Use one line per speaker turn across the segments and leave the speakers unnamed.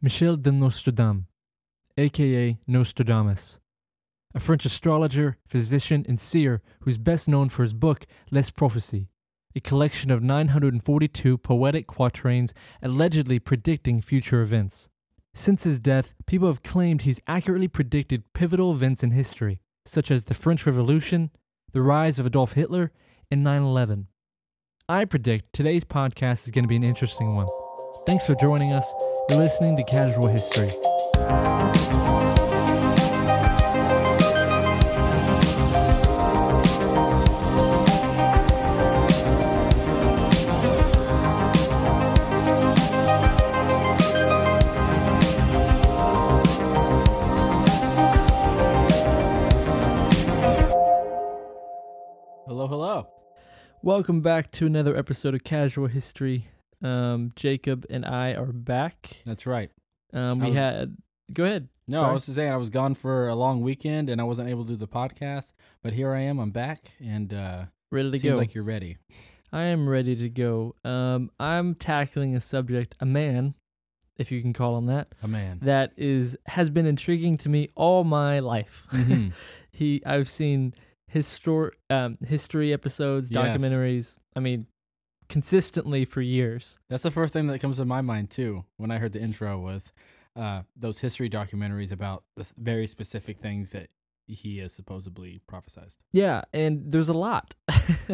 Michel de Nostradam, aka Nostradamus, a French astrologer, physician, and seer who's best known for his book Les Prophecies, a collection of 942 poetic quatrains allegedly predicting future events. Since his death, people have claimed he's accurately predicted pivotal events in history, such as the French Revolution, the rise of Adolf Hitler, and 9 11. I predict today's podcast is going to be an interesting one. Thanks for joining us. You're listening to Casual History.
Hello, hello.
Welcome back to another episode of Casual History. Um, Jacob and I are back.
That's right.
Um,
I
we
was-
had. Go ahead.
No,
Sorry.
I was just saying I was gone for a long weekend and I wasn't able to do the podcast, but here I am. I'm back and uh,
Ready to
seems
go.
like you're ready.
I am ready to go. Um, I'm tackling a subject, a man, if you can call him that,
A man.
that is has been intriguing to me all my life.
Mhm.
he, I've seen histor- um, history episodes,
Yes.
documentaries. I mean, consistently for years.
That's the first thing that comes to my mind too when I heard the intro was uh, those history documentaries about the s- very specific things that he has supposedly prophesized.
Yeah, and there's a lot.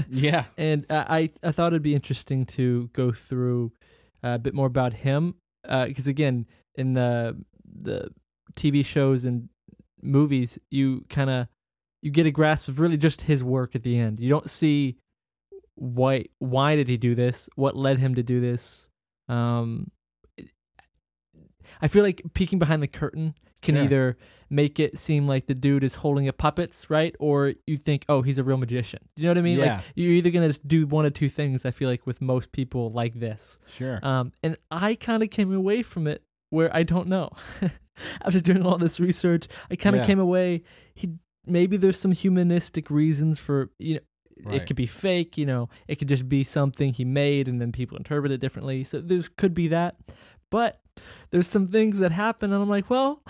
Yeah.
and uh, I I thought it'd be interesting to go through uh, a bit more about him because again in the the TV shows and movies you kind of you get a grasp of really just his work at the end. You don't see why why did he do this? What led him to do this? Um, I feel like peeking behind the curtain can
Sure.
either make it seem like the dude is holding up puppets, right? Or you think, oh, he's a real magician. Do you know what I mean?
Yeah.
Like you're either gonna just do one of two things. I feel like with most people like this,
Sure.
um, and I kind of came away from it where I don't know. After doing all this research, I kind of
Yeah.
came away. He maybe there's some humanistic reasons for you know. It
Right.
could be fake, you know. It could just be something he made, and then people interpret it differently. So there could be that, but there's some things that happen, and I'm like, well,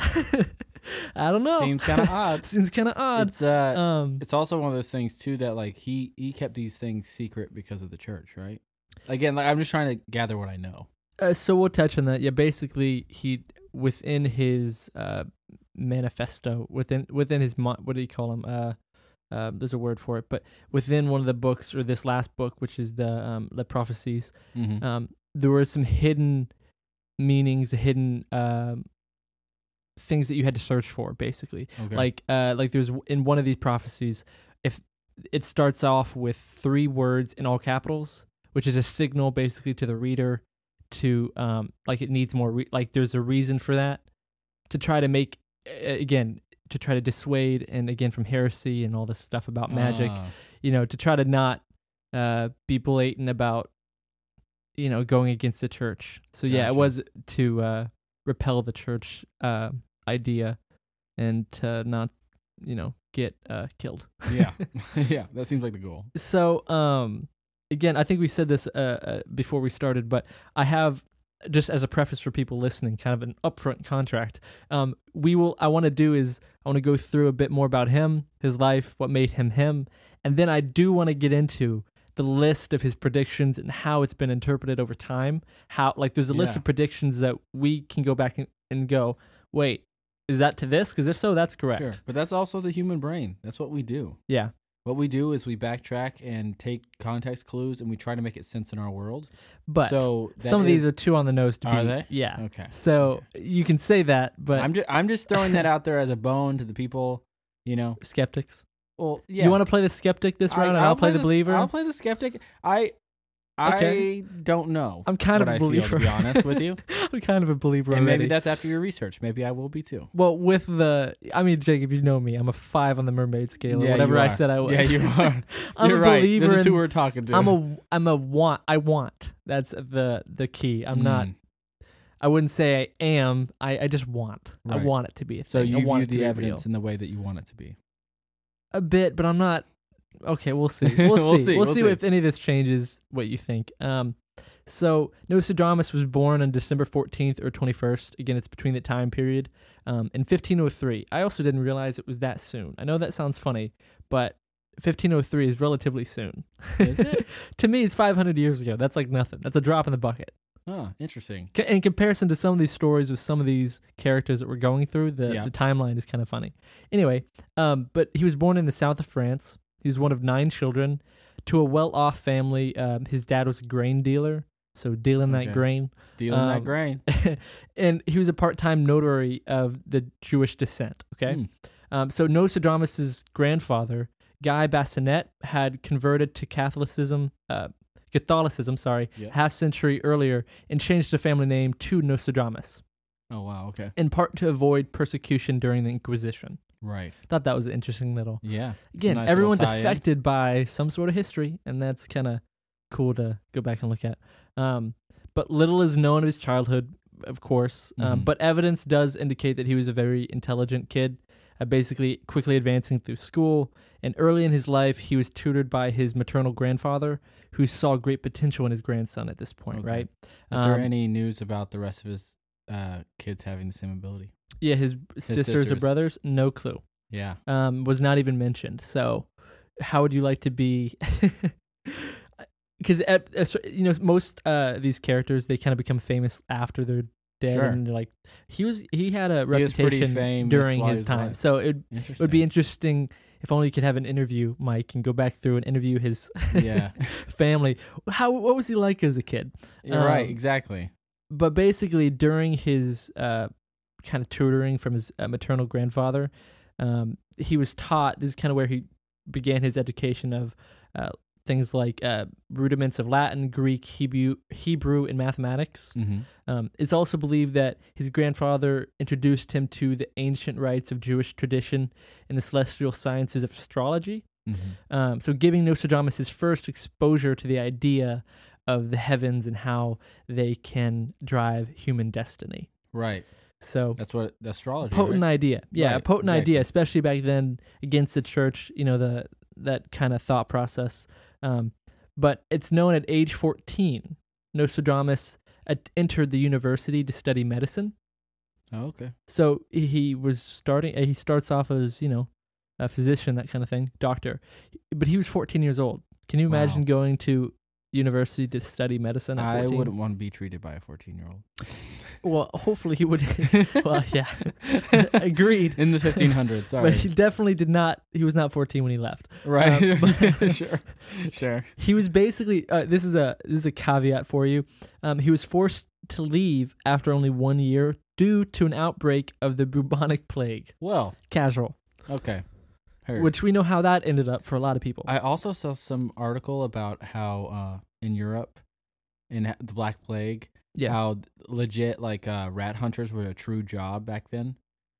I don't know.
Seems kind of odd.
Seems kind of odd.
It's uh,
um,
it's also one of those things too that like he he kept these things secret because of the church, right? Again, like I'm just trying to gather what I know.
Uh, so we'll touch on that. Yeah, basically, he within his uh, manifesto, within within his mon- what do you call him? Uh, uh, there's a word for it, but within one of the books or this last book, which is the um, Le Prophecies,
Mm-hmm.
um, there were some hidden meanings, hidden um, things that you had to search for, basically.
Okay.
Like uh, like there's w- in one of these prophecies, if it starts off with three words in all capitals, which is a signal basically to the reader to um like it needs more re- like there's a reason for that to try to make a- again to try to dissuade and again from heresy and all this stuff about magic
Ah,
you know to try to not uh be blatant about you know going against the church so yeah it
Gotcha.
was to uh repel the church uh idea and to not you know get uh killed
yeah, yeah. That seems like the goal.
so um again i think we said this uh, uh before we started but i have just as a preface for people listening kind of an upfront contract um we will i want to do is i want to go through a bit more about him his life what made him him and then i do want to get into the list of his predictions and how it's been interpreted over time how like there's a list
Yeah.
of predictions that we can go back and, and go wait is that to this because if so that's correct
Sure, but that's also the human brain. That's what we do.
yeah
What we do is we backtrack and take context clues, and we try to make it sense in our world.
but
so that
some of these
is-
are too on the nose to
Are
be
they?
yeah
okay.
So you can say that, but
I'm just I'm just throwing that out there as a bone to the people. You know,
skeptics.
well, yeah.
You want to play the skeptic this round, and I'll, play, the
s-
believer.
I'll play the skeptic. I
Okay.
I don't know.
I'm kind of
what
a
I feel,
believer.
to be honest with you.
I'm kind of a believer
and
already.
maybe that's after your research. Maybe I will be too.
well, with the, I mean, Jacob, you know me. I'm a five on the mermaid scale, or
Yeah,
whatever
you
I
are.
said I was.
Yeah, you are.
I'm
You're
a
right.
believer.
This is
in-
who we're talking to.
I'm a, I'm a want. I want. That's the the key. I'm not.
Mm.
I wouldn't say I am. I, I just want. I
Right.
want it to be a
So
thing. I
you
want
view
it to be
the evidence
real.
in the way that you want it to be.
a bit, but I'm not. Okay, we'll see. We'll, see. We'll see if any of this changes what you think. Um, So Nostradamus was born on December 14th or 21st. Again, it's between the time period. Um, in 1503. I also didn't realize it was that soon. I know that sounds funny, but 1503 is relatively soon.
Is it?
to me, it's 500 years ago. That's like nothing. That's a drop in the bucket.
Huh, interesting.
C- in comparison to some of these stories with some of these characters that we're going through, the,
Yeah.
the timeline is kind of funny. Anyway, um, but he was born in the south of France. He was one of nine children to a well off family. Um, his dad was a grain dealer, so dealing
Okay.
that grain.
Dealing
Um,
that grain.
and he was a part time notary of the Jewish descent. Okay.
Hmm.
Um, so Nostradamus's grandfather, Guy Bassinet, had converted to Catholicism, uh, Catholicism, sorry,
Yeah.
half century earlier and changed the family name to Nostradamus,
Oh wow. Okay.
in part to avoid persecution during the Inquisition.
Right.
Thought that was an interesting little.
Yeah. It's a
Again,
nice little
everyone's
tie-in.
affected by some sort of history, and that's kind of cool to go back and look at. Um, but little is known of his childhood, of course, um,
Mhm.
but evidence does indicate that he was a very intelligent kid, uh, basically quickly advancing through school. And early in his life, he was tutored by his maternal grandfather, who saw great potential in his grandson at this point,
Okay.
right?
Is there
Um,
any news about the rest of his uh, kids having the same ability?
Yeah, his, sisters, or
sisters.
brothers, no clue.
Yeah.
um, was not even mentioned. So, how would you like to be? Because you know most uh, these characters they kind of become famous after they're dead,
Sure.
and they're like he was he had a
was pretty
reputation
famous
during
while
his
he was
time.
alive.
So it
Interesting.
would be interesting if only you could have an interview, Mike, and go back through and interview his
yeah.
family. How what was he like as a kid?
You're right.
Um,
Exactly.
but basically during his uh, kind of tutoring from his uh, maternal grandfather, um, he was taught. This is kind of where he began his education of uh, things like uh, rudiments of Latin, Greek, Hebrew, Hebrew, and mathematics.
Mm-hmm.
Um, it's also believed that his grandfather introduced him to the ancient rites of Jewish tradition and the celestial sciences of astrology.
Mm-hmm.
Um, so giving Nostradamus his first exposure to the idea of the heavens and how they can drive human destiny.
Right.
So
That's what the astrology.
potent
right?
idea, yeah, a
Right,
potent
exactly.
idea, especially back then against the church. You know the that kind of thought process. Um, but it's known at age 14, Nostradamus at- entered the university to study medicine.
Oh, okay.
So he- he was starting. uh, He starts off as you know, a physician, that kind of thing, doctor. But he was 14 years old. Can you
Wow.
imagine going to university to study medicine? At
I
14?
wouldn't want to be treated by a 14 year old.
Well, hopefully he would. well, yeah, agreed.
In the 1500s. Sorry.
But he definitely did not. He was not 14 when he left.
right.
uh, but-
sure. Sure.
He was basically. Uh, this is a this is a caveat for you. Um, he was forced to leave after only one year due to an outbreak of the bubonic plague.
Well,
Casual,
okay. Heard.
which we know how that ended up for a lot of people.
I also saw some article about how uh, in Europe, in h- the Black Plague,
Yeah.
how legit like uh, rat hunters were a true job back then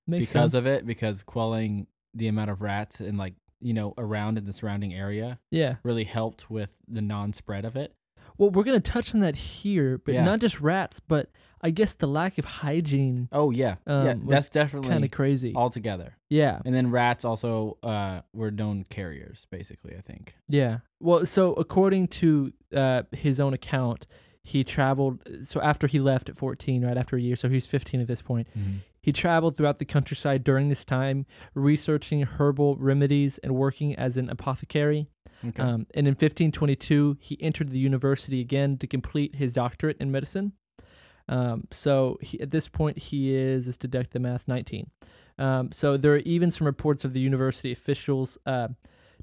Makes
because
sense.
of it, because quelling the amount of rats and like you know around in the surrounding area
Yeah.
really helped with the non-spread of it.
Well, we're going to touch on that here, but
Yeah.
not just rats, but I guess the lack of hygiene
Oh yeah, yeah,
Um, was
that's
kind
definitely
of crazy.
all together.
yeah.
And then rats also uh, were known carriers, basically. I think.
Yeah. Well, so according to uh, his own account, he traveled. So after he left at 14, right after a year, so he was 15 at this point, he traveled throughout the countryside during this time, researching herbal remedies and working as an apothecary.
Mm-hmm. Okay.
Um, and in 1522, he entered the university again to complete his doctorate in medicine. Um, so he, at this point, he is, let's deduct the math, 19. Um, so there are even some reports of the university officials uh,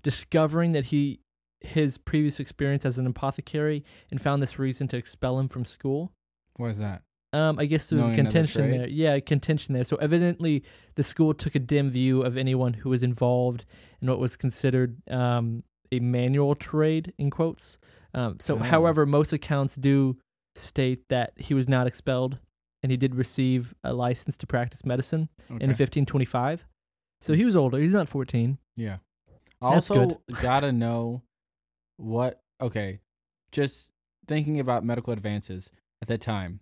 discovering that he his previous experience as an apothecary and found this reason to expel him from school.
Why is that?
Um, I guess there was
Knowing
a
another
contention
trade?
there. Yeah, a contention there. So evidently, the school took a dim view of anyone who was involved in what was considered um, a manual trade, in quotes. Um, so,
Oh.
however, most accounts do state that he was not expelled, and he did receive a license to practice medicine
Okay. Hmm.
in 1525. So he was older. He's not 14.
Yeah.
That's
Also,
good.
gotta know what. Okay, just thinking about medical advances at that time.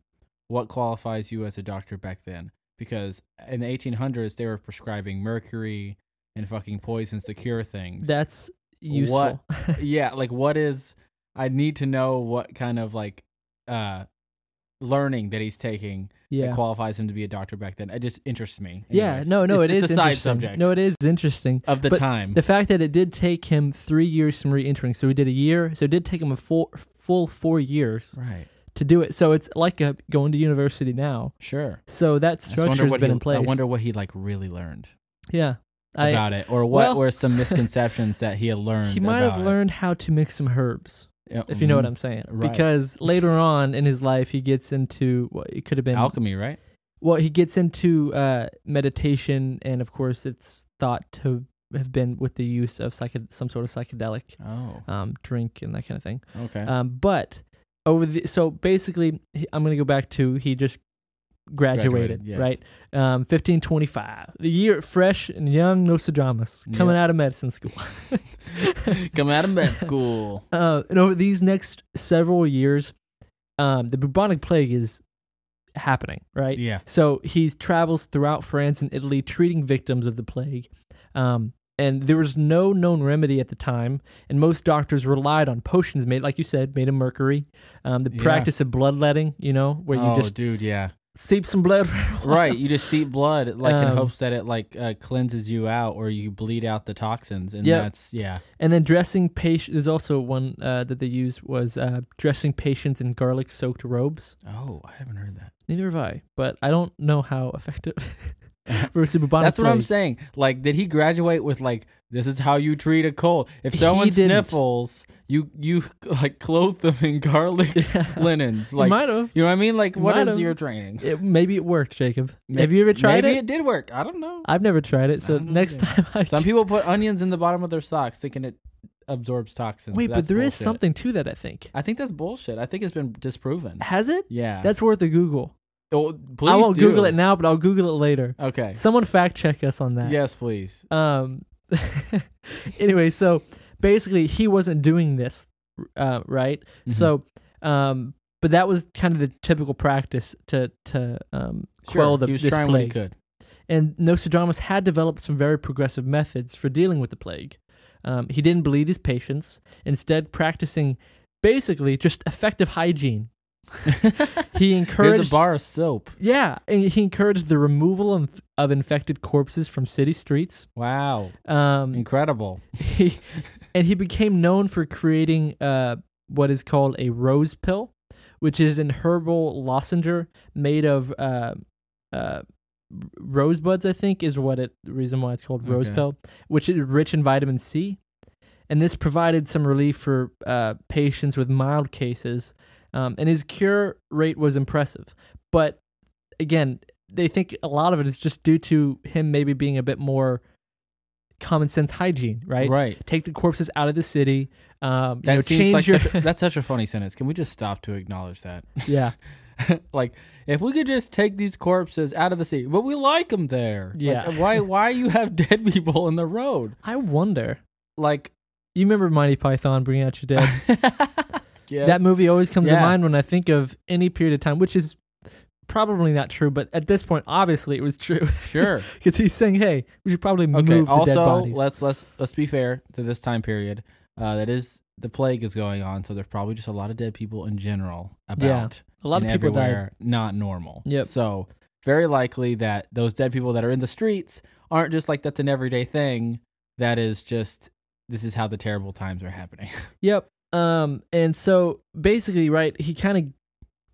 What qualifies you as a doctor back then? Because in the 1800s, they were prescribing mercury and fucking poisons to cure things.
That's useful.
yeah, like what is? I need to know what kind of like uh, learning that he's taking that
Yeah.
qualifies him to be a doctor back then. It just interests me.
Yeah.
Anyways,
No. No.
it's,
it
it's
is
a side
interesting.
subject
No, it is interesting.
of the
but
time.
The fact that it did take him three years from re-entering, so he did a year, so it did take him a full full four years
right.
to do it. So it's like a, going to university now.
Sure.
So that
I just wonder
structure has
what
been
he-
in place.
I wonder what he like really learned
yeah, I
about it, or what
well-
were some misconceptions that he had learned.
he might have
about it.
learned how to mix some herbs,
Yeah,
if you know what I'm
mhm.
saying.
Right.
Because later on in his life, he gets into well, it could have been
Mm-hmm. Alchemy, right?
well, he gets into uh, meditation, and of course, it's thought to have been with the use of psych- some sort of psychedelic
Oh,
um, drink and that kind of thing.
okay.
Um, but over the so basically, he- I'm going to go back to he just graduated,
Graduated, yes.
right? Um, 1525, the year fresh and young Nostradamus coming
Yep.
out of medicine school.
Coming out of med school.
uh, and over these next several years, um, the bubonic plague is happening, right?
Yeah.
So he travels throughout France and Italy treating victims of the plague. Um, and there was no known remedy at the time, and most doctors relied on potions made, like you said, made of mercury. Um, the
Yeah.
practice of bloodletting, you know, where you
oh,
just
dude, yeah.
seep some blood.
right. You just seep blood, like in
Um,
hopes that it like uh, cleanses you out, or you bleed out the toxins, and
Yep.
that's yeah.
And then dressing patients. There's also one uh, that they used was uh, dressing patients in garlic-soaked robes.
Oh, I haven't heard that.
Neither have I, but I don't know how effective versus bubonic
That's what I'm
plague.
saying. Like, did he graduate with like this is how you treat a cold? If
He
someone
didn't.
sniffles, you you like clothe them in garlic linens, like
it might have.
you know what I mean? Like, what
might
is
have.
your training?
It, maybe it worked, Jacob.
May-
have you ever tried
Maybe
it?
it did work. I don't know.
I've never tried it, so
don't know
next time I
Some people put onions in the bottom of their socks, thinking it absorbs toxins.
wait, but
that's
there is
bullshit.
something to that. I think
I think that's bullshit. I think it's been disproven.
has it.
Mm. Yeah.
That's worth a Google.
Oh, please
I won't
do.
Google it now, but I'll Google it later.
Okay.
Someone fact check us on that.
Yes, please.
Um. anyway, so basically, he wasn't doing this, uh, right?
Mm-hmm.
So, um, but that was kind of the typical practice to to um,
Mm-hmm. Sure,
quell the
he was
this
trying what he
plague.
could.
and Nostradamus had developed some very progressive methods for dealing with the plague. Um, he didn't bleed his patients, instead, practicing basically just effective hygiene. he
Here's
encouraged.
a bar of soap.
Yeah, and he encouraged the removal of, of infected corpses from city streets.
Wow,
Um,
incredible.
he, and he became known for creating uh, what is called a rose pill, which is an herbal lozenge made of uh, uh, rosebuds. I think is what it. The reason why it's called rose
Okay.
pill, which is rich in vitamin C, and this provided some relief for uh, patients with mild cases. Um, and his cure rate was impressive, but again, they think a lot of it is just due to him maybe being a bit more common sense hygiene, right? take the corpses out of the city. Um, you
That
know,
seems
change
like
your
such a, that's such a funny sentence. Can we just stop to acknowledge that?
yeah,
like, if we could just take these corpses out of the sea, but we like them there. Like, uh,
Yeah.
why? Why you have dead people in the road?
I wonder.
Like,
You remember Monty Python bringing out your dead?
yes.
That movie always comes to
Yeah.
mind when I think of any period of time, which is probably not true, but at this point, obviously it was true
Sure.
because he's saying, "Hey, we should probably
Okay.
move the dead
Also,
bodies."
let's let's let's be fair to this time period. Uh, that is the plague is going on, so there's probably just a lot of dead people in general about.
a lot of
and
people died.
everywhere, Not normal.
Yep.
So very likely that those dead people that are in the streets aren't just like that's an everyday thing. That is just this is how the terrible times are happening.
Yep. Um, and so basically, right, he kind of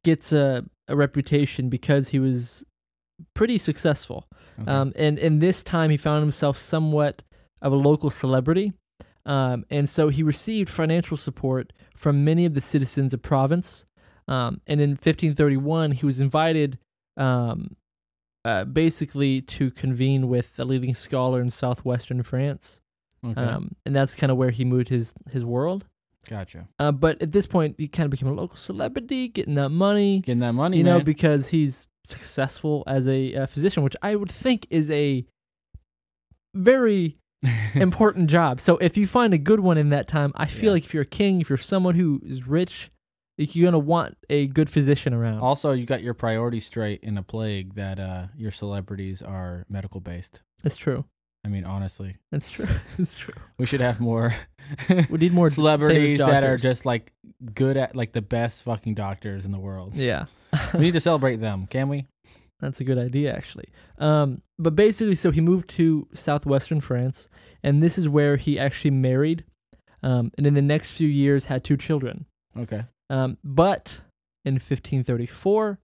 gets a, a reputation because he was pretty successful.
Okay.
Um, and in this time, he found himself somewhat of a local celebrity. Um, and so he received financial support from many of the citizens of Provence. Um, and in 1531, he was invited um, uh, basically to convene with a leading scholar in southwestern France.
okay.
Um, and that's kind of where he moved his, his world.
gotcha.
Uh, but at this point, he kind of became a local celebrity, getting that money
Getting that money,
you know,
man.
because he's successful as a uh, physician, which I would think is a very important job. So if you find a good one in that time, I feel
Yeah.
like if you're a king, if you're someone who is rich, like you're gonna want a good physician around.
also, you got your priorities straight in a plague that uh, your celebrities are medical based.
That's true.
I mean, honestly,
That's true. That's true.
we should have more
We need more
celebrities
famous
that are
doctors.
just like good at like the best fucking doctors in the world.
yeah.
we need to celebrate them, can we?
That's a good idea, actually. Um, but basically, so he moved to southwestern France, and this is where he actually married, um, and in the next few years had two children.
Okay.
Um, but in 1534,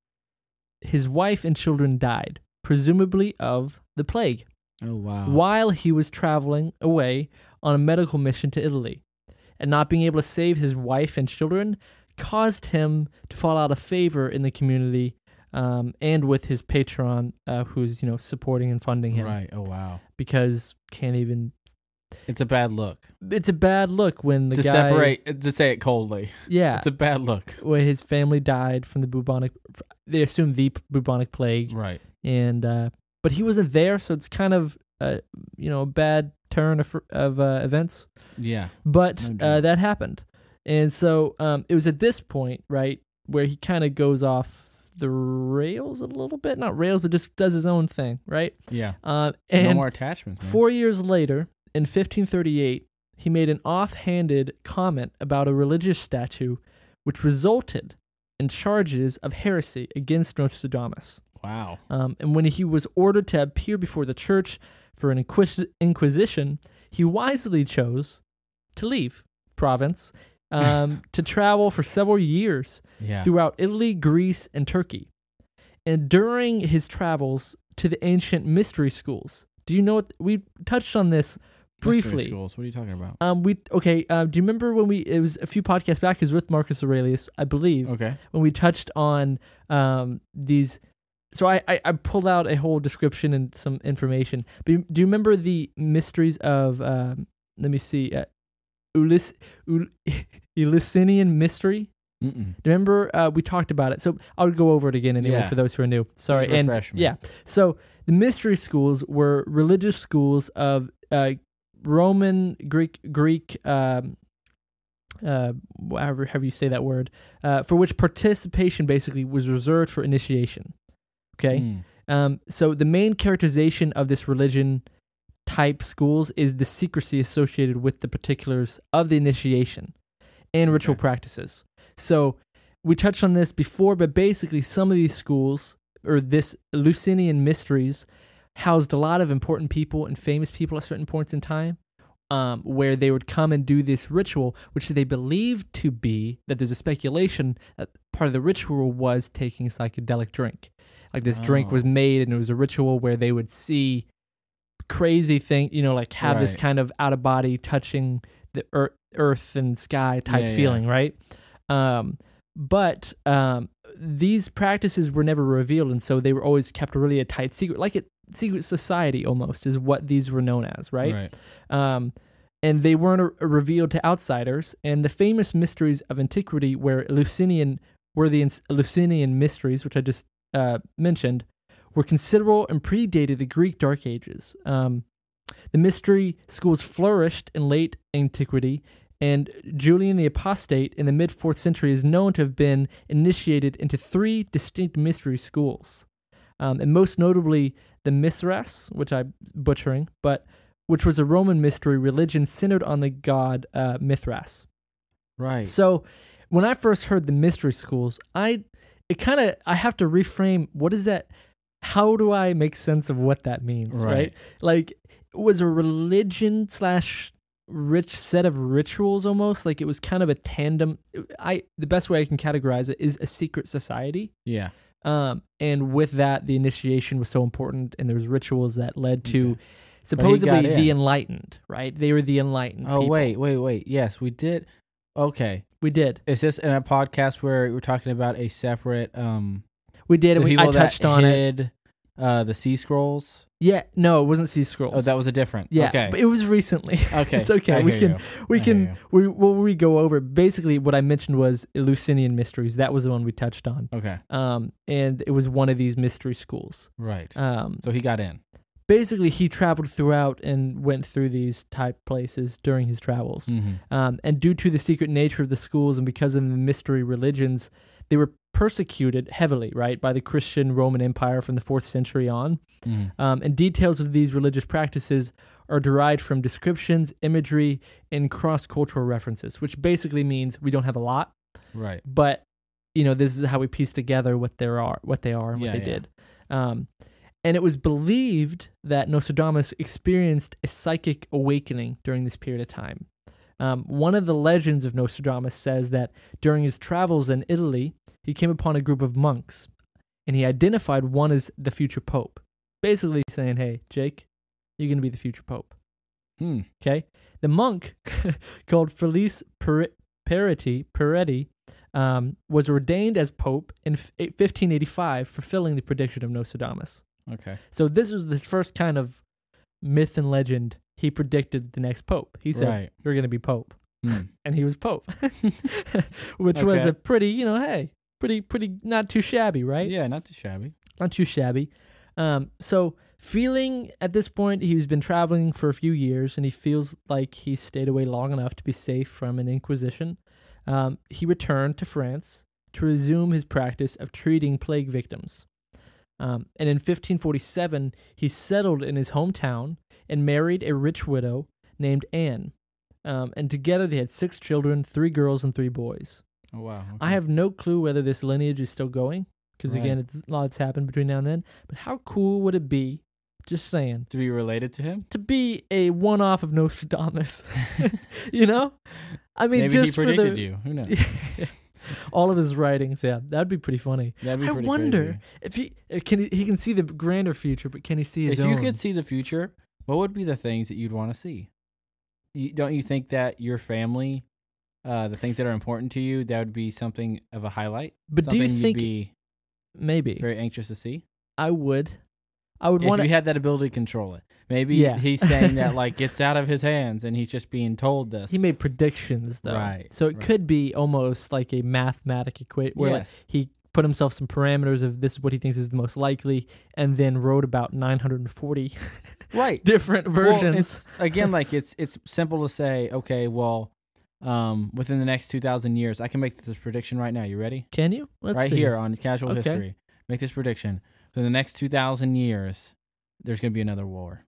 his wife and children died, presumably of the plague,
Oh wow.
while he was traveling away on a medical mission to Italy. And not being able to save his wife and children caused him to fall out of favor in the community um, and with his patron, uh, who's you know supporting and funding him
Right. Oh wow.
because can't even.
It's a bad look
It's a bad look when the
to
guy,
separate. To say it coldly,
yeah,
it's a bad look.
where his family died from the bubonic they assume the bubonic plague
Right.
and uh but he wasn't there so it's kind of uh you know a bad turn of of uh, events
Yeah.
but
No
uh
doubt.
that happened and so um it was at this point right where he kind of goes off the rails a little bit not rails but just does his own thing right
Yeah.
um and
no more attachments. Man.
Mm-hmm. Four years later, in 1538, he made an offhanded comment about a religious statue, which resulted in charges of heresy against Nostradamus.
wow.
Um, and when he was ordered to appear before the church for an inquis- inquisition, he wisely chose to leave Provence um, to travel for several years
Yeah.
throughout Italy, Greece, and Turkey. And during his travels to the ancient mystery schools, do you know what we touched on this
Mystery
briefly?
Schools. What are you talking about?
Um, we okay. Um, do you remember when we? It was a few podcasts back. It was with Marcus Aurelius, I believe,
Okay.
when we touched on um these. So I, I I pulled out a whole description and some information. But you- do you remember the mysteries of um? Let me see. Uh, Ulyss Uly- Eleusinian mystery.
Mm-mm.
Remember, uh, we talked about it. So I would go over it again anyway
Yeah.
for those who are new. Sorry.
Please
And
refresh me.
yeah. So the mystery schools were religious schools of uh, Roman, Greek, Greek, um, uh, however, however you say that word, uh, for which participation basically was reserved for initiation. Okay.
Mm.
Um, so the main characterization of this religion type schools is the secrecy associated with the particulars of the initiation and ritual
Okay.
practices. So we touched on this before, but basically some of these schools or this Lucinian mysteries housed a lot of important people and famous people at certain points in time. Um, where they would come and do this ritual, which they believed to be that there's a speculation that part of the ritual was taking a psychedelic drink. Like this drink
Oh.
was made and it was a ritual where they would see crazy thing, you know, like have this
Right.
kind of out of body touching the ear- earth and sky type
Yeah, yeah.
feeling, right? Um, but um, these practices were never revealed, and so they were always kept really a tight secret, like a secret society almost is what these were known as, right?
Right.
um, and they weren't uh, revealed to outsiders. And the famous mysteries of antiquity, where Eleusinian were the ins- Eleusinian mysteries, which I just uh, mentioned, were considerable and predated the Greek Dark Ages. Um, the mystery schools flourished in late antiquity, and Julian the Apostate in the mid fourth century is known to have been initiated into three distinct mystery schools, um, and most notably the Mithras, which I'm butchering, but which was a Roman mystery religion centered on the god uh, Mithras.
Right.
So when I first heard the mystery schools, I it kind of I have to reframe what is that how do I make sense of what that means, right?
Right.
Like it was a religion slash rich set of rituals almost like it was kind of a tandem i the best way i can categorize it is a secret society
yeah.
um and with that the initiation was so important and there was rituals that led to
Okay.
supposedly
in.
the enlightened right they were the enlightened
Oh
people.
wait, wait, wait. Yes, we did. Okay.
we did
Is this in a podcast where we're talking about a separate um
we did and we, i touched on it
Uh, the sea scrolls.
Yeah, no, it wasn't Sea Scrolls.
Oh, that was a different.
yeah,
Okay.
but it was recently.
okay.
it's okay,
I
we
hear
can-
you.
We
I
can
hear
we well we go over. Basically, what I mentioned was Eleusinian mysteries. That was the one we touched on.
you. Okay.
Um, and it was one of these mystery schools.
Right.
Um,
so he got in.
basically, he traveled throughout and went through these type places during his travels.
Mm-hmm.
Um, and due to the secret nature of the schools and because of the mystery religions, they were persecuted heavily, right, by the Christian Roman Empire from the fourth century on.
Mhm.
Um, and details of these religious practices are derived from descriptions, imagery, and cross cultural references, which basically means we don't have a lot,
Right.
but you know this is how we piece together what there are, what they are, and
Yeah,
what they
yeah.
did. Um, and it was believed that Nostradamus experienced a psychic awakening during this period of time. Um, one of the legends of Nostradamus says that during his travels in Italy, he came upon a group of monks and he identified one as the future pope, basically saying, Hey, Jake, you're going to be the future pope.
Hmm.
Okay. The monk called Felice Peri- Peretti, Peretti um, was ordained as pope in f- 1585, fulfilling the prediction of Nostradamus.
Okay.
So this was the first kind of myth and legend. He predicted the next pope. He said,
right.
"You're going to be pope,"
Hmm.
and he was pope, which was
Okay.
a pretty, you know, hey, pretty, pretty, not too shabby, right?
Yeah, not too shabby.
not too shabby. Um, so feeling at this point, he's been traveling for a few years, and he feels like he stayed away long enough to be safe from an inquisition. Um, he returned to France to resume his practice of treating plague victims. Um, and in 1547, he settled in his hometown and married a rich widow named Anne. Um, and together they had six children, three girls and three boys.
Oh wow.
I
okay.
have no clue whether this lineage is still going because
Right.
again, it's, a lot's happened between now and then. But how cool would it be? Just saying
to be related to him.
to be a one-off of Nostradamus. you know, I mean,
Maybe he
just for
predicted
the,
you. Who knows?
all of his writings. Yeah, that'd be pretty funny.
That'd be
I
pretty
wonder
crazy.
if he if can he, he can see the grander future, but can he see his
if
own?
you could see the future, what would be the things that you'd want to see? You, don't you think that your family, uh, the things that are important to you, that would be something of a highlight?
but do
something
you
you'd
think
be
maybe
very anxious to see?
I would? I would
if
want
you
to.
had that ability to control it, maybe
Yeah.
he's saying that like gets out of his hands and he's just being told this.
He made predictions though,
Right,
so it
right.
could be almost like a mathematic equation where like,
yes,
he put himself some parameters of this is what he thinks is the most likely and then wrote about 940
right.
different
Well,
versions
it's, again, like it's it's simple to say. Okay, well, um, within the next two thousand years, I can make this prediction right now. You ready?
can you let's
right
see.
here on Casual
Okay.
History. Make this prediction. In the next 2,000 years, there's going to be another war.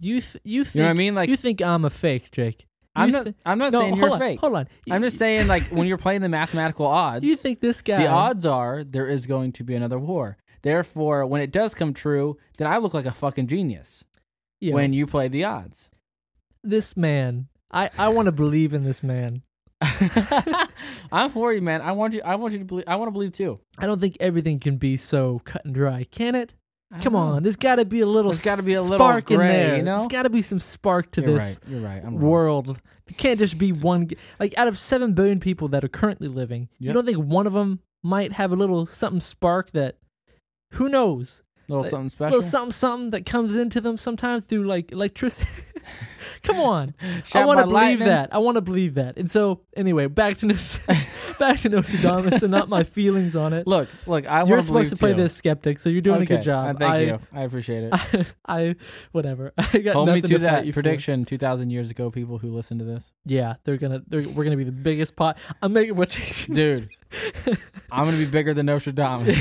you th- you think
You know what I mean? Like,
you think i'm a fake jake
I'm,
you
not,
thi-
I'm not
no,
saying
hold
you're
on,
fake.
hold on
I'm
You-
just saying, like, when you're playing the mathematical odds,
you think this guy
the odds are there is going to be another war. Therefore, when it does come true, then I look like a fucking genius
you know,
when you play the odds.
this man i i want to believe in this man
I'm for you, man. I want you. I want you to believe. I want to believe too.
i don't think everything can be so cut and dry can it
I
come
don't know.
on there's got to be a little
There's gotta be a little
spark
gray,
in there
you know?
there's got to be some spark to
You're
this
right. You're right. I'm wrong.
world. It can't just be one. g- Like out of seven billion people that are currently living, you
Yep.
don't think one of them might have a little something spark that, who knows,
little
Like,
something
a
special.
uh, little something something that comes into them sometimes through like electricity. Come on, I
Shot
want to
by
believe
lightning.
that. I want to believe that. And so anyway, back to Nos- back to Nostradamus and not my feelings on it.
Look, look.
you're
I wanna believe
supposed to play
too.
this skeptic, so you're doing a
Okay,
good job.
uh, thank you. I appreciate it.
I, I, whatever. I got
Hold
nothing
me to
fight
that
you for.
prediction 2,000 years ago, people who listen to this.
Yeah, they're gonna. They're, we're gonna be the biggest pot. I'm making what.
Dude, I'm going to be bigger than Nostradamus.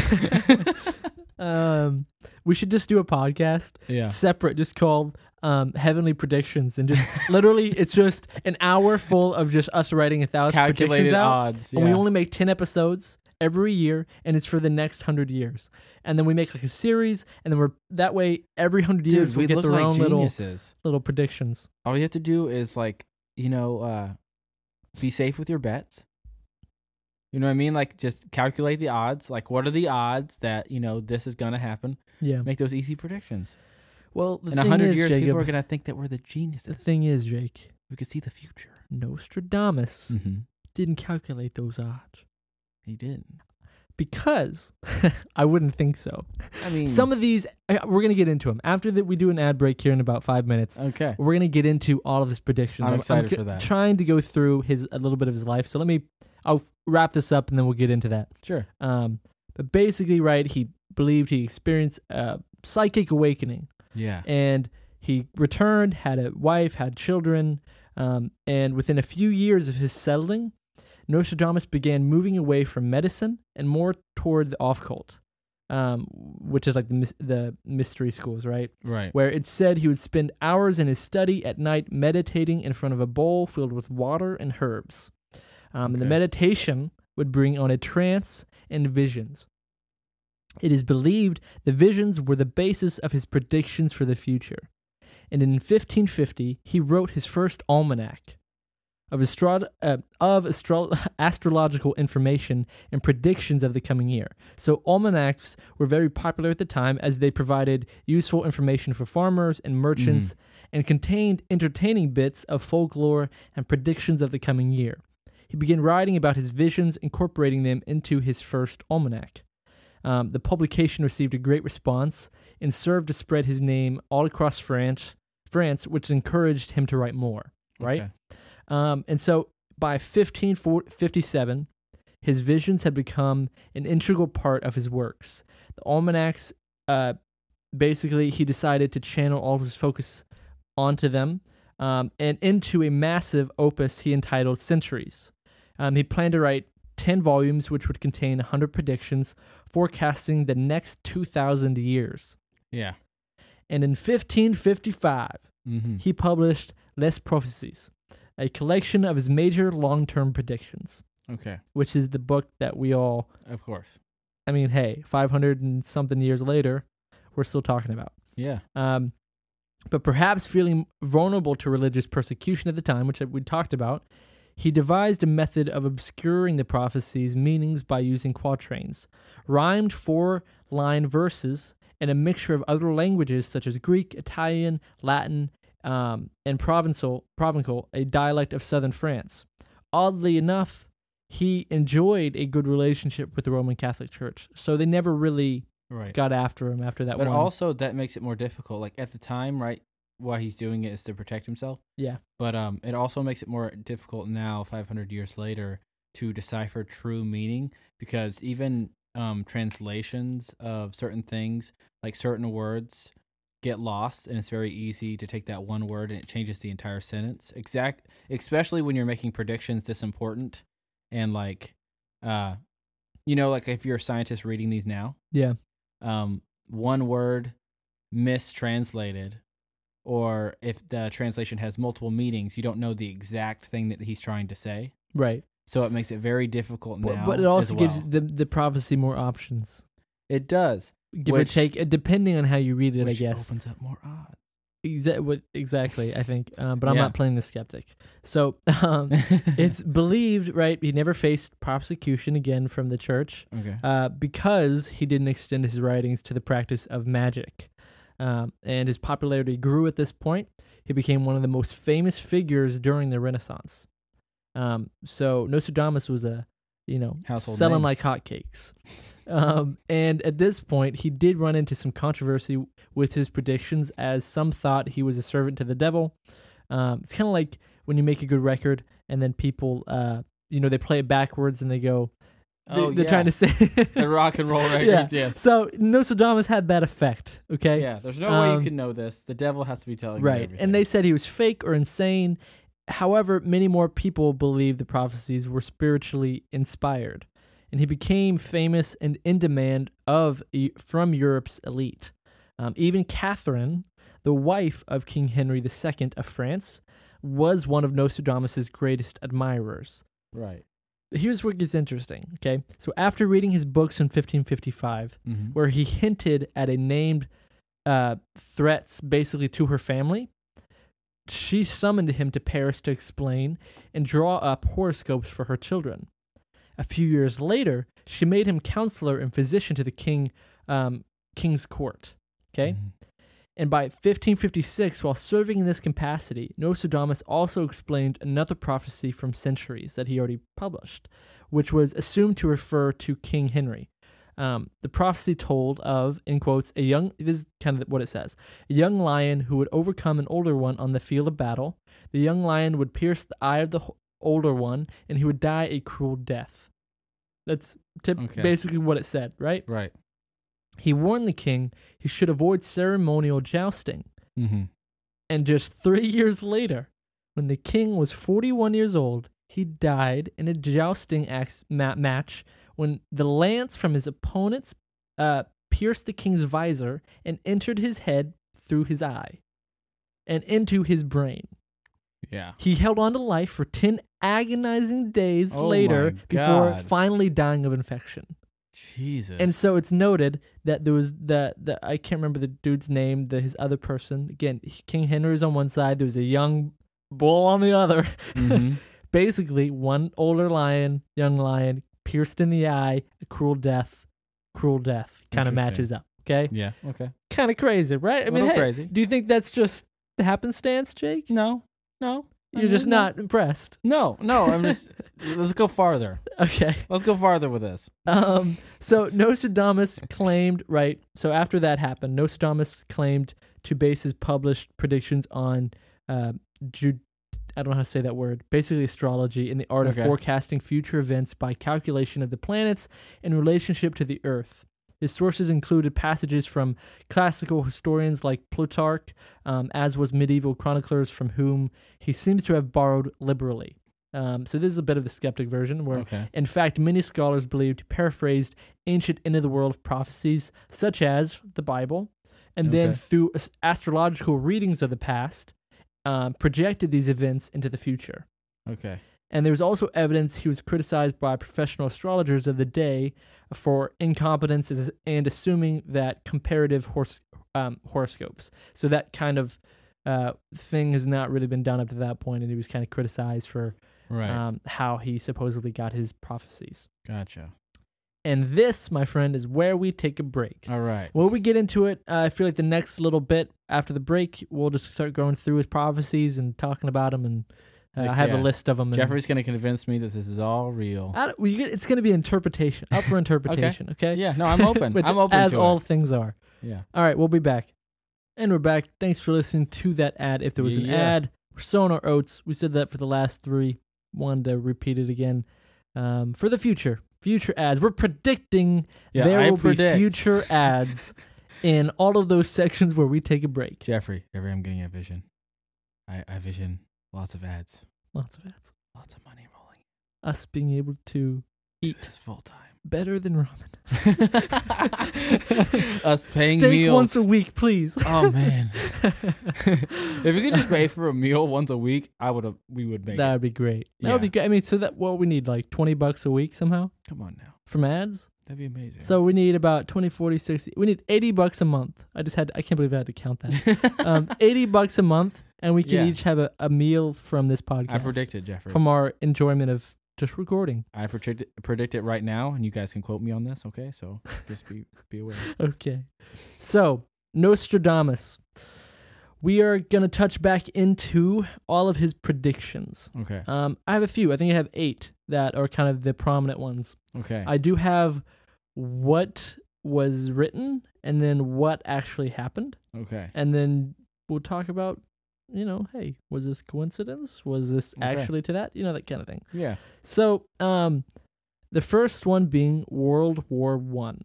um, we should just do a podcast
Yeah.
separate, just called um, Heavenly Predictions, and just literally, it's just an hour full of just us writing a thousand
Calculated
predictions out,
odds. Yeah.
and we only make ten episodes every year, and it's for the next hundred years, and then we make like a series, and then we're that way every hundred years
Dude,
we
we
get
look
their
like
own little
geniuses.
little predictions.
All you have to do is, like, you know, uh, be safe with your bets. You know what I mean? Like, just calculate the odds. Like, what are the odds that, you know, this is going to happen?
Yeah.
Make those easy predictions.
Well, the
In
thing
100
is,
years,
Jacob.
people are going to think that we're the
the
geniuses.
thing is, Jake.
we could see the future.
Nostradamus
Mm-hmm.
didn't calculate those odds
He did.
because I wouldn't think so.
I mean,
Some of these uh, we're gonna get into them after that. We do an ad break here in about five minutes.
Okay.
We're gonna get into all of his predictions.
Uh, I'm excited
g-
for that.
Trying to go through his a little bit of his life. So let me. I'll f- wrap this up and then we'll get into that.
Sure.
Um, but basically, right, he believed he experienced a psychic awakening,
Yeah.
and he returned, had a wife, had children, um, and within a few years of his settling, Nostradamus began moving away from medicine and more toward the occult, um, which is like the, mys- the mystery schools, right?
Right.
Where it said he would spend hours in his study at night meditating in front of a bowl filled with water and herbs. Um, And the
Okay.
meditation would bring on a trance and visions. It is believed the visions were the basis of his predictions for the future. And in 1550, he wrote his first almanac of, astro- uh, of astro- astrological information and predictions of the coming year. So, almanacs were very popular at the time as they provided useful information for farmers and merchants and contained entertaining bits of folklore and predictions of the coming year. He began writing about his visions, incorporating them into his first almanac. Um, the publication received a great response and served to spread his name all across France, France, which encouraged him to write more. Right?
Okay.
Um, and so by 1557, his visions had become an integral part of his works. The almanacs, uh, basically, he decided to channel all of his focus onto them um, and into a massive opus he entitled Centuries. Um, he planned to write 10 volumes, which would contain 100 predictions forecasting the next 2,000 years.
Yeah.
And in 1555,
Mm-hmm.
he published Les Prophecies, a collection of his major long term predictions,
Okay.
which is the book that we all,
Of course.
I mean, hey, 500 and something years later, we're still talking about.
Yeah.
Um, but perhaps feeling vulnerable to religious persecution at the time, which we talked about, he devised a method of obscuring the prophecies' meanings by using quatrains, rhymed four line verses, and a mixture of other languages such as Greek, Italian, Latin, um, and Provençal, Provencal, a dialect of southern France. Oddly enough, he enjoyed a good relationship with the Roman Catholic Church, so they never really
Right.
got after him after that
but
one.
also that makes it more difficult. Like at the time, right? Why he's doing it is to protect himself.
yeah.
But um, it also makes it more difficult now, 500 years later, to decipher true meaning because even um, translations of certain things, like certain words, get lost, and it's very easy to take that one word and it changes the entire sentence. Exact, especially when you're making predictions this important, and like, uh, you know, like if you're a scientist reading these now,
Yeah.
um, one word mistranslated, or if the translation has multiple meanings, you don't know the exact thing that he's trying to say.
Right.
So it makes it very difficult now.
But, but it
as
also gives
well.
the, the prophecy more options.
it does.
Give
Which-
or take, uh, depending on how you read it, I
which
guess.
opens up more odds.
Exa- what- exactly, I think. Um, but I'm
Yeah.
not playing the skeptic. So um, it's believed, right? He never faced prosecution again from the church
okay.
uh, because he didn't extend his writings to the practice of magic. Um, and his popularity grew at this point. He became one of the most famous figures during the Renaissance. Um, so Nostradamus was a, you know,
Household
selling
name.
like hotcakes. Um, and at this point, he did run into some controversy with his predictions, as some thought he was a servant to the devil. Um, it's kind of like when you make a good record, and then people, uh, you know, they play it backwards and they go, they,
oh,
they're
yeah.
trying to say
the rock and roll records. Yes.
So Nostradamus had that effect, okay?
Yeah. There's no way
Um,
you can know this. The devil has to be telling you
right.
everything.
And they said he was fake or insane. However, many more people believed the prophecies were spiritually inspired, and he became famous and in demand of E, from Europe's elite. Um, even Catherine, the wife of King Henry II of France, was one of Nostradamus's greatest admirers.
right.
Here's what gets interesting, okay? So after reading his books in 1555,
Mm-hmm.
where he hinted at a named uh, threats basically to her family. She summoned him to Paris to explain and draw up horoscopes for her children. A few years later, she made him counselor and physician to the king, um, king's court. Okay,
Mm-hmm.
and by 1556, while serving in this capacity, Nostradamus also explained another prophecy from centuries that he already published, which was assumed to refer to King Henry. Um, the prophecy told of, in quotes, a young, this is kind of what it says, a young lion who would overcome an older one on the field of battle. The young lion would pierce the eye of the h- older one, and he would die a cruel death. That's tip-
Okay.
basically what it said, right?
Right.
He warned the king he should avoid ceremonial jousting.
Mm-hmm.
And just three years later, when the king was 41 years old, he died in a jousting ax- ma- match when the lance from his opponent's uh, pierced the king's visor and entered his head through his eye and into his brain.
Yeah.
He held on to life for 10 agonizing days
Oh
later
my
before
God.
finally dying of infection.
Jesus.
And so it's noted that there was the, the I can't remember the dude's name, the his other person. Again, King Henry's on one side, there was a young bull on the other.
Mhm.
Basically, one older lion, young lion, pierced in the eye, a cruel death, cruel death kind of
Interesting.
matches up. Okay?
Yeah. Okay.
Kind of crazy, right? I mean,
Little
hey,
crazy.
do you think that's just happenstance, Jake?
No. No. I
You're just
mean,
not impressed.
No. No. I'm just. let's go farther.
Okay.
Let's go farther with this.
Um, so Nostradamus claimed, right? So after that happened, Nostradamus claimed to base his published predictions on, uh, Ju- I don't know how to say that word, basically astrology and the art
Okay.
of forecasting future events by calculation of the planets in relationship to the Earth. His sources included passages from classical historians like Plutarch, um, as was medieval chroniclers from whom he seems to have borrowed liberally. Um, so this is a bit of the skeptic version, where
Okay.
in fact, many scholars believed he paraphrased ancient end of the world prophecies, such as the Bible, and then
Okay.
through as- astrological readings of the past, um, projected these events into the future.
Okay.
And there was also evidence he was criticized by professional astrologers of the day for incompetence as- and assuming that comparative horse, um, horoscopes. So that kind of uh, thing has not really been done up to that point, and he was kind of criticized for
Right.
um, how he supposedly got his prophecies.
gotcha.
And this, my friend, is where we take a break.
All right.
When we get into it, uh, I feel like the next little bit after the break, we'll just start going through his prophecies and talking about them. And uh,
Heck
I have a
yeah.
list of them. And,
Jeffrey's gonna convince me that this is all real.
I don't- well, you get- it's going to be interpretation, up for interpretation. okay.
Yeah. No, I'm open.
Uh, Which,
I'm open
as
to
all
it.
things are.
Yeah.
All right, we'll be back. And we're back. Thanks for listening to that ad. If there was an
Yeah.
ad, we're sowing our oats. We said that for the last three. Wanted to repeat it again. Um, for the future, future ads. We're predicting
Yeah.
there
I
will
predict.
be future ads in all of those sections where we take a break.
Jeffrey, Jeffrey, I'm getting a vision. I, I vision lots of ads,
Lots of ads.
lots of money rolling.
Us being able to
Do
eat
this full time.
better than ramen.
Us paying
Steak
meals.
once a week, please.
Oh man. if we could just pay for a meal once a week, I would have. We would make.
that
It.
would be great. That
Yeah.
would be great. I mean, so that what we need like twenty bucks a week somehow
Come on now,
from ads.
that'd be amazing.
So we need about 20, 40, 60. We need 80 bucks a month. I just had, I can't believe I had to count that. um, 80 bucks a month, and we can
Yeah.
each have a, a meal from this podcast.
I predicted Jeffrey.
From our enjoyment of just recording.
I predict predict it right now, and you guys can quote me on this. Okay, so just be be aware.
Okay. So, Nostradamus. We are going to touch back into all of his predictions.
Okay,
Um, I have a few. I think I have eight that are kind of the prominent ones.
okay,
I do have what was written and then what actually happened.
okay.
and then we'll talk about you know hey was this coincidence was this
Okay.
actually to that you know that kind of thing
Yeah.
so um the first one being world war one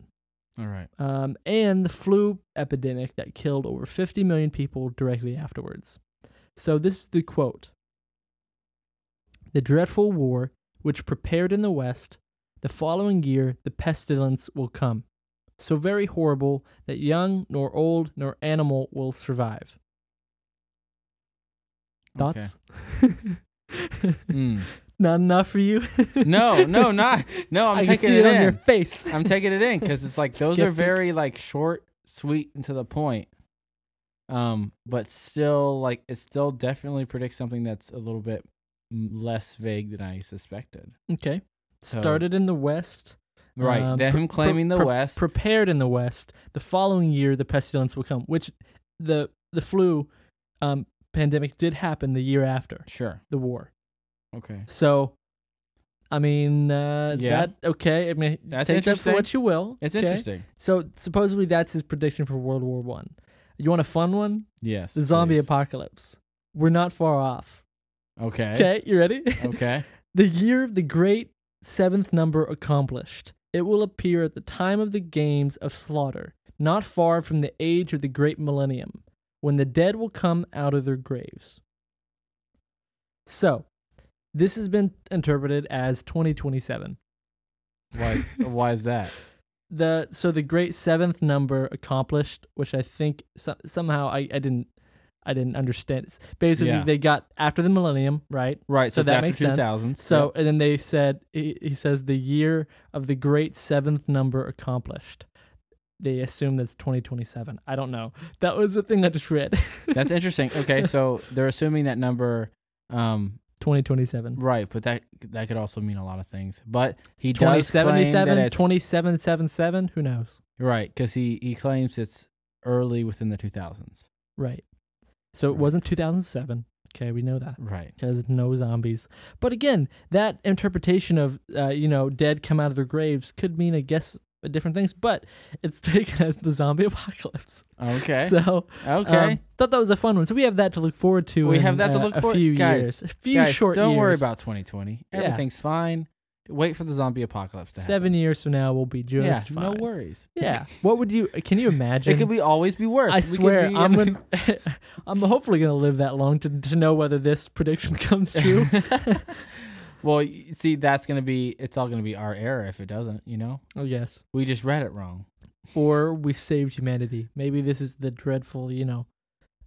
All right.
um, and the flu epidemic that killed over 50 million people directly afterwards. So, this is the quote The dreadful war which prepared in the West, the following year the pestilence will come, so very horrible that young, nor old, nor animal will survive. Thoughts?
Mm.
Not enough for you?
No, no, not no. I'm
I can
taking
see
it,
it, on
in.
your face.
I'm taking it in because it's like those are
Skeptic.
very like short, sweet, and to the point. Um, but still, like it still definitely predicts something that's a little bit m- less vague than I suspected.
Okay.
So-
Started in the West.
Right,
Um,
then
pre-
him
pre-
claiming the
pre-
West.
prepared in the West, the following year the pestilence will come, which the the flu um, pandemic did happen the year after
sure.
the war.
Okay.
So, I mean, uh,
Yeah.
that okay. I mean,
That's
take that for
interesting.
what you will.
It's
okay?
interesting.
So supposedly that's his prediction for World War One. You want a fun one?
Yes.
The zombie
please.
apocalypse. We're not far off.
Okay.
Okay, you ready?
Okay.
The year of the great seventh number accomplished. It will appear at the time of the games of slaughter, not far from the age of the great millennium, when the dead will come out of their graves. So, This has been interpreted as 2027.
Why? why is that?
the so the great seventh number accomplished, which I think so, somehow I, I didn't I didn't understand. It's basically,
Yeah.
they got after the millennium, right?
Right.
So
So, it's
that
after
makes
two
sense.
thousands.
So and then they said he, he says the year of the great seventh number accomplished. They assume that's 2027. I don't know. That was the thing I just read.
that's interesting. Okay, so they're assuming that number. Um,
2027.
right, but that that could also mean a lot of things. But he does claim that
2077,
it's
2777, who knows?
right because he he claims it's early within the two thousands.
Right. So it
Right.
wasn't 2007. Okay, we know that.
Right.
because no zombies. But again, that interpretation of uh, you know dead come out of their graves could mean I guess different things, but it's taken as the zombie apocalypse.
Okay.
So
okay.
um, thought that was a fun one. So we have that to look forward to.
We
in,
have that to
uh,
look
a
forward-
few
Guys,
years, a few
Guys,
short.
Don't worry
years.
about 2020.
Yeah.
Everything's fine. Wait for the zombie apocalypse to happen.
seven years from now. We'll be just
yeah,
fine.
no worries.
Yeah. What would you? Can you imagine?
It could be always be worse.
I
We could
swear,
be
I'm
in-
gonna, I'm hopefully gonna live that long to to know whether this prediction comes true.
well, y- see, that's gonna be. It's all gonna be our error if it doesn't. You know,
I guess.
we just read it wrong.
or we saved humanity. Maybe this is the dreadful, you know,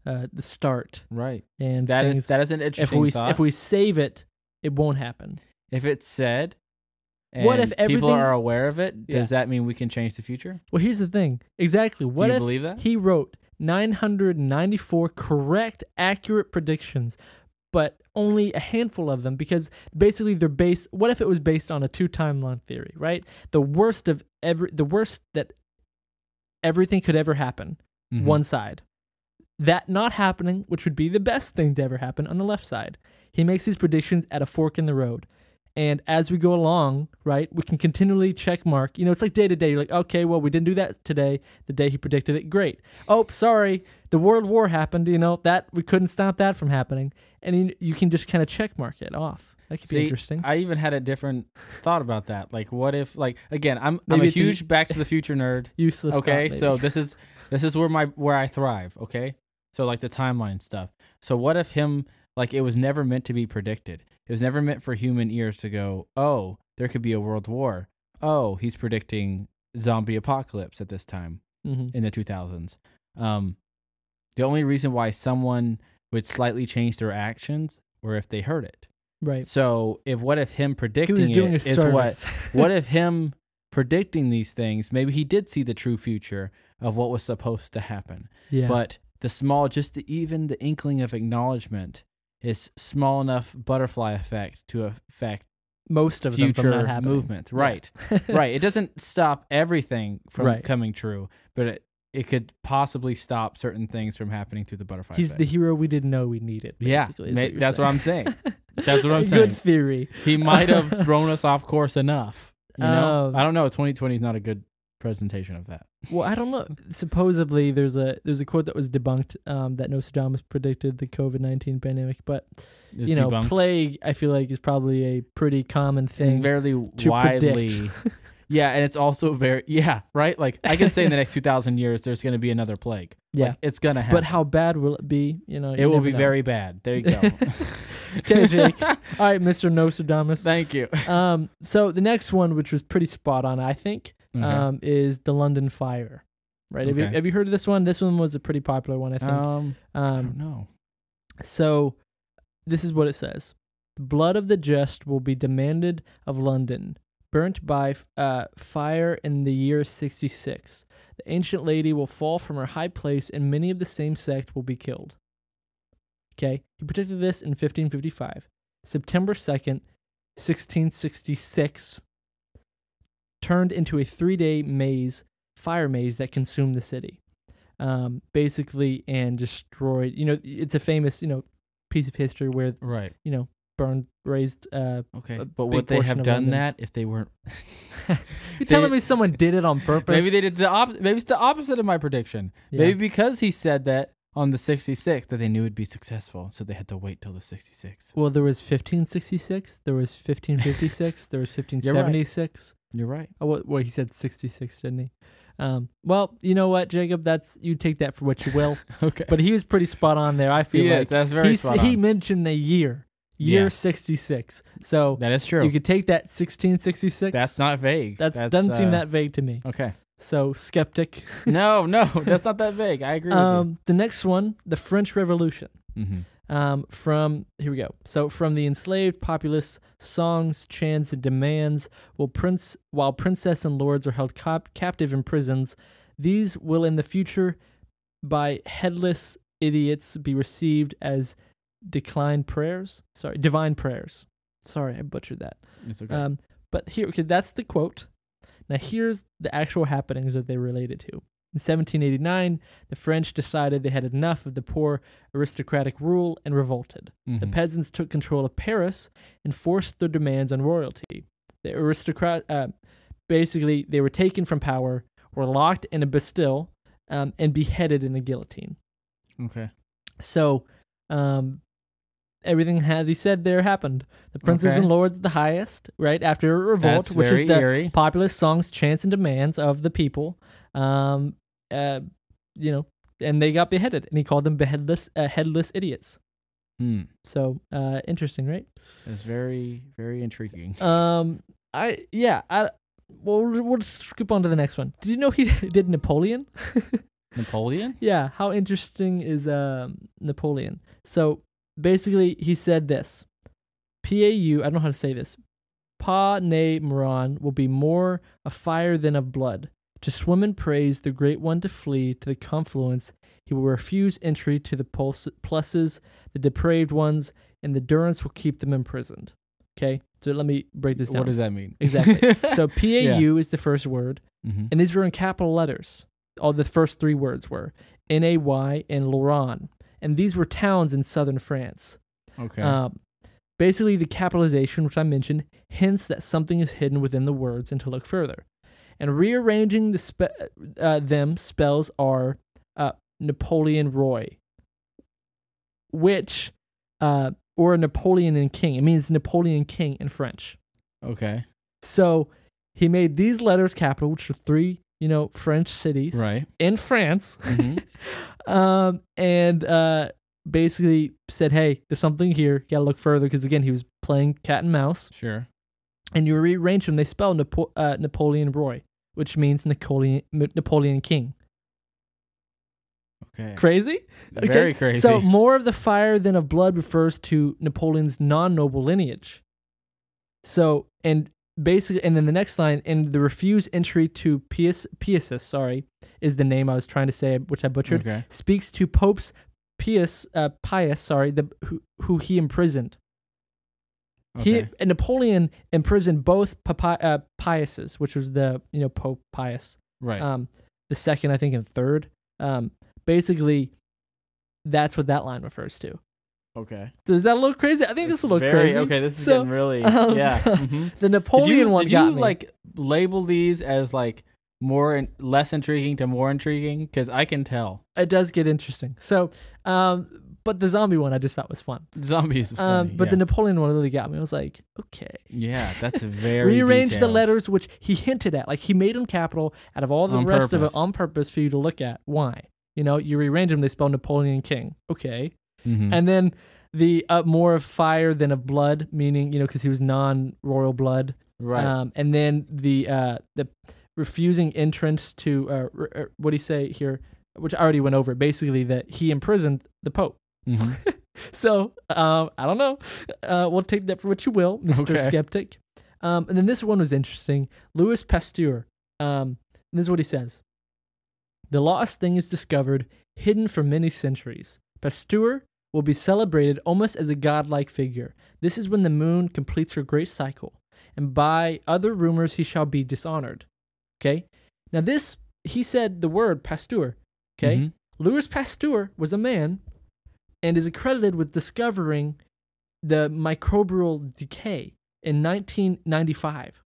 uh, the start.
Right.
And
That is
things-
that is an
if
interesting
we
thought.
if we save it, it won't happen.
If it's said, and
What if
people
everything-
are aware of it? Does that mean we can change the future?
Well, here's the thing. Exactly. What
you
if
believe that?
he wrote 994 correct, accurate predictions, but only a handful of them because basically they're based. What if it was based on a two timeline theory, right? The worst of every, the worst that everything could ever happen.
Mhm.
one side. That not happening, which would be the best thing to ever happen, on the left side. He makes these predictions at a fork in the road. And as we go along, right, we can continually check mark. You know, it's like day to day. You're like, okay, well, we didn't do that today. The day he predicted it, great. Oh, sorry, the World War happened. You know, that we couldn't stop that from happening. And you, you can just kind of check mark it off. That could
See,
be interesting.
I even had a different thought about that. Like, what if, like, again, I'm I'm
Maybe
a
it's a-
huge Back to the Future nerd.
Useless. thought,
okay
maybe.
so this is this is where my where i thrive okay so like the timeline stuff so what if him like it was never meant to be predicted it was never meant for human ears to go oh there could be a world war oh he's predicting zombie apocalypse at this time
Mhm.
in the 2000s um the only reason why someone would slightly change their actions were if they heard it
Mm-hmm. right.
so if what if him
He
predicting
was doing a
it is what
service.
what if him predicting these things maybe he did see the true future of what was supposed to happen
yeah.
but the small just the, even the inkling of acknowledgement is small enough butterfly effect to affect
most of them from not
future
happening.
movement right right it doesn't stop everything from
Right.
coming true but it, it could possibly stop certain things from happening through the butterfly
He's the
effect
hero we didn't know we needed.
yeah
basically, is
ma-
you're
that's what i'm saying that's what i'm
Good
saying
theory.
he might have thrown us off course enough you know
Um,
i don't know 2020 is not a good presentation of that
Well, I don't know. Supposedly, there's a there's a quote that was debunked um, that Nostradamus predicted the COVID nineteen pandemic, but
It's
you know,
debunked.
plague. I feel like is probably a pretty common
and
thing.
very
to
widely. yeah, and it's also very yeah, right? Like I can say in the next 2000 years there's going to be another plague.
Yeah.
Like, it's going to happen.
but how bad will it be? You know, you
it will
never
be
know.
very bad. There you go.
okay, Jake. All right, Mister Nostradamus.
Thank you.
Um, so the next one, which was pretty spot on, I think,
Uh-huh.
um, is the London Fire. Right? Have, you,
Okay.
have you heard of this one? This one was a pretty popular one, I think.
um I
um,
don't know.
So, this is what it says: the blood of the just will be demanded of London, burnt by uh, fire in the year sixty-six. The ancient lady will fall from her high place, and many of the same sect will be killed. Okay, he predicted this in 1555, September 2nd, 1666. Turned into a three-day maze, fire maze that consumed the city um, basically and destroyed. You know, it's a famous you know piece of history where
Right.
you know burned, raised. Uh,
Okay.
a
But
big
would they
portion
have
of
done
London.
that if they weren't
you're telling me someone did it on purpose?
Maybe they did the op- maybe it's the opposite of my prediction.
Yeah.
Maybe because he said that on the 66th that they knew it'd be successful, so they had to wait till the 66th.
Well, there was 1566. There was 1556. there was 1576.
You're right.
Oh, what? Well, he said 66, didn't he? Um, well, you know what, Jacob? That's you take that for what you will.
Okay.
but he was pretty spot on there. I feel
He is.
like
That's very
He's-
spot
he
on.
mentioned the year. year
Yeah.
66. So
That is true.
you could take that 1666.
that's not vague.
that's, doesn't seem
uh,
that vague to me.
Okay.
So skeptic.
No, no, that's not that vague. I agree.
Um, the next one, the French Revolution.
with you.
Um, from here we go. So from the enslaved populace, songs, chants, and demands. Will prince while princess and lords are held cop- captive in prisons, these will in the future, by headless idiots, be received as declined prayers. Sorry, divine prayers. Sorry, I butchered that.
Mhm. It's okay.
Um, but here, okay, that's the quote. Now, here's the actual happenings that they related to. In 1789, the French decided they had enough of the poor aristocratic rule and revolted. The
Mhm.
peasants took control of Paris and forced their demands on royalty. The aristocrat, uh, basically, they were taken from power, were locked in a bastille, um, and beheaded in the guillotine.
okay.
So, um, everything had he said there happened. The princes
Okay.
and lords the highest, right after a revolt,
That's
which
very
is the
eerie.
populist songs, chants, and demands of the people. Um, uh, you know, and they got beheaded, and he called them beheadless, uh, headless idiots.
Hmm.
So, uh, interesting, right?
It's very, very intriguing.
Um, I yeah, I well, we'll we'll skip on to the next one. Did you know he did Napoleon?
Napoleon?
Yeah, how interesting is um, Napoleon? So basically, he said this: "Pau, I don't know how to say this. Pa ne moran will be more a fire than of blood. To swim in praise, the great one to flee to the confluence. He will refuse entry to the pulse- pluses, the depraved ones, and the durance will keep them imprisoned." Okay, so let me break this down.
What does that mean?
Exactly. so PAU is the first word,
hmm
and these were in capital letters. All the first three words were N A Y and Laurent, and these were towns in southern France.
Okay.
Um, basically, the capitalization, which I mentioned, hints that something is hidden within the words, and to look further, and rearranging the spe- uh, them spells are uh, Napoleon Roy, which uh, or Napoleon and King. It means Napoleon King in French.
okay.
So he made these letters capital, which are three, you know, French cities
Right.
in France,
Mhm.
um, and uh, basically said, "Hey, there's something here. You gotta look further." Because again, he was playing cat and mouse,
Sure.
and you rearrange them. They spell Napo- uh, Napoleon Roy, which means Napoleon Napoleon King.
Okay.
Crazy. Okay,
Very crazy.
So more of the fire than of blood refers to Napoleon's non-noble lineage. So and basically, and then the next line, and the refuse entry to Pius, Pius sorry, is the name I was trying to say, which I butchered.
okay.
Speaks to Pope's Pius, uh, Pius, sorry, the who, who he imprisoned. He
Okay.
and Napoleon imprisoned both Papi, uh, Piuses, which was the you know Pope Pius
right.
um, the second, I think, and third. Um, basically, that's what that line refers to.
okay.
Does that look crazy? I think this will look crazy.
Okay. This is
So,
getting really.
um,
yeah. mhm.
The
Did
Napoleon
you,
one
did
got
you
me.
like label these as like more and less intriguing to more intriguing? Because I can tell
it does get interesting. So, um, but the zombie one I just thought was fun.
zombies. Is
Um,
funny.
but
yeah.
the Napoleon one really got me. I was like, okay.
yeah, that's very
Rearrange the
detailed.
letters, which he hinted at. Like he made them capital out of all the
On
rest of it
purpose.
on purpose for you to look at. Why? You know, you rearrange them. They spell Napoleon King. Okay.
Mhm.
and then the uh, more of fire than of blood, meaning you know because he was non-royal blood.
right.
Um, and then the uh, the refusing entrance to uh, r- r- what do you say here, which I already went over. Basically, that he imprisoned the pope.
Mhm.
So um, I don't know. Uh, we'll take that for what you will, Mister
Okay.
Skeptic. Um, and then this one was interesting. Louis Pasteur. Um, and this is what he says: The lost thing is discovered, hidden for many centuries. Pasteur will be celebrated almost as a godlike figure. This is when the moon completes her great cycle, and by other rumors he shall be dishonored. Okay. Now this he said the word Pasteur. Okay.
Mhm.
Louis Pasteur was a man and is accredited with discovering the microbial decay in 1995.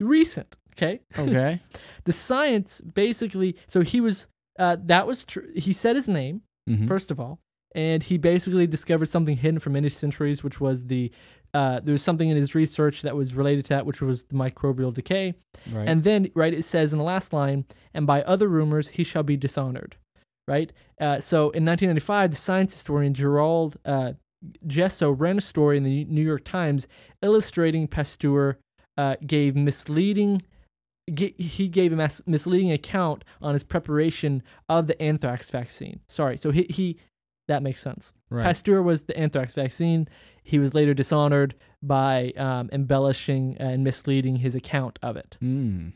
Recent, okay?
Mm-hmm. Okay.
The science basically, so he was, uh, that was true. He said his name,
Mhm.
first of all, and he basically discovered something hidden for many centuries, which was the, uh, there was something in his research that was related to that, which was the microbial decay.
Right.
And then, right, it says in the last line, and by other rumors, he shall be dishonored, right? Uh, so in 1995, the science historian Gerald uh, Gesso ran a story in the New York Times illustrating Pasteur uh, gave misleading g- he gave a mas- misleading account on his preparation of the anthrax vaccine. Sorry, so he, he that makes sense.
Right.
Pasteur was the anthrax vaccine. He was later dishonored by um, embellishing and misleading his account of it.
Mm.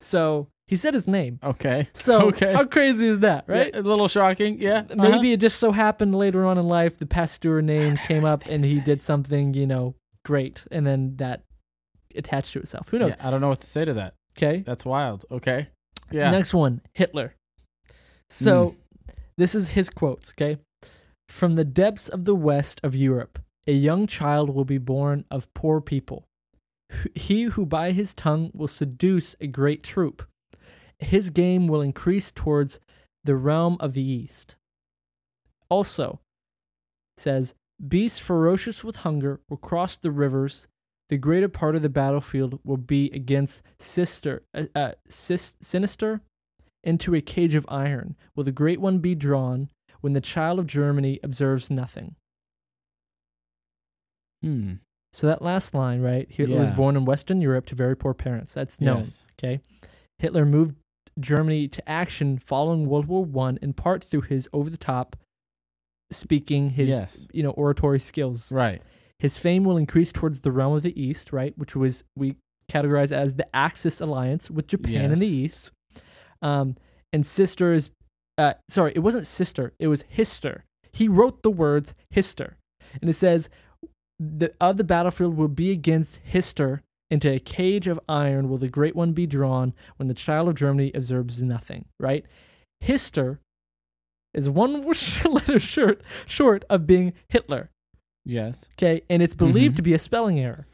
So he said his name.
Okay.
So
Okay.
how crazy is that, right?
Yeah, a little shocking. Yeah. uh-huh.
Maybe it just so happened later on in life the Pasteur name came up and he did something, you know, great, and then that attached to itself. Who knows?
Yeah, I don't know what to say to that.
Okay.
That's wild. Okay. Yeah.
Next one, Hitler. So this is his quotes, okay? From the depths of the west of Europe, a young child will be born of poor people. Wh- He who by his tongue will seduce a great troop. His game will increase towards the realm of the east. Also, says, beasts ferocious with hunger will cross the rivers. The greater part of the battlefield will be against sister, uh, uh, sis, sinister into a cage of iron will the great one be drawn when the child of Germany observes nothing.
Hmm.
So that last line, right? Hitler was
Yeah.
born in Western Europe to very poor parents. That's known.
Yes.
Okay. Hitler moved Germany to action following World War One in part through his over the top speaking, his
Yes.
you know, oratory skills.
Right.
His fame will increase towards the realm of the East, right, which was we categorize as the Axis alliance with Japan and the East. Um, and sisters, uh, sorry, it wasn't sister, it was hister. He wrote the words hister, and it says, "The of the battlefield will be against hister." Into a cage of iron will the great one be drawn when the child of Germany observes nothing. Right, hister is one letter short short of being Hitler.
Yes.
Okay, and it's believed
Mhm.
to be a spelling error.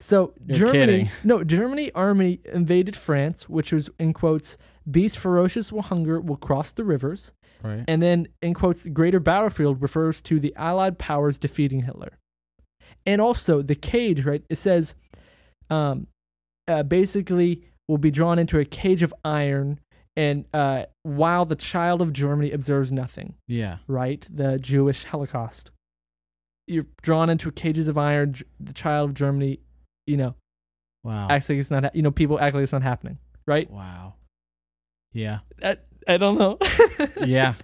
So
You're
Germany,
kidding.
no, Germany army invaded France, which was in quotes, "Beasts ferocious with hunger will cross the rivers,"
Right.
and then in quotes, "the greater battlefield" refers to the Allied powers defeating Hitler, and also the cage. Right, it says, um, uh, basically, will be drawn into a cage of iron, and uh, while the child of Germany observes nothing
Yeah.
right? The Jewish Holocaust. You're drawn into cages of iron. G- The child of Germany, you know,
Wow.
acts like it's not. Ha- you know, people act like it's not happening, right?
wow. Yeah.
I, I don't know.
Yeah.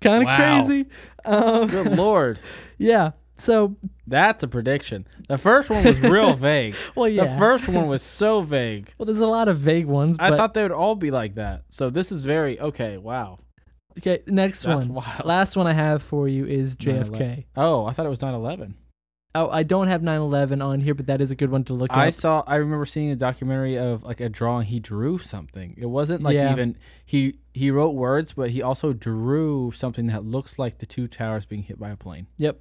kind of
Wow.
crazy. Um,
Good lord.
yeah. So,
That's a prediction. The first one was real vague.
well, yeah.
The first one was so vague.
well, there's a lot of vague ones. But,
I thought they would all be like that. So this is very okay. Wow.
Okay, next
That's
one.
wild.
Last one I have for you is JFK.
Oh, I thought it was 9/11.
Oh, I don't have 9/11 on here, but that is a good one to look
I
up.
saw. I remember seeing a documentary of like a drawing. He drew something. It wasn't like
Yeah.
even he he wrote words, but he also drew something that looks like the two towers being hit by a plane.
Yep.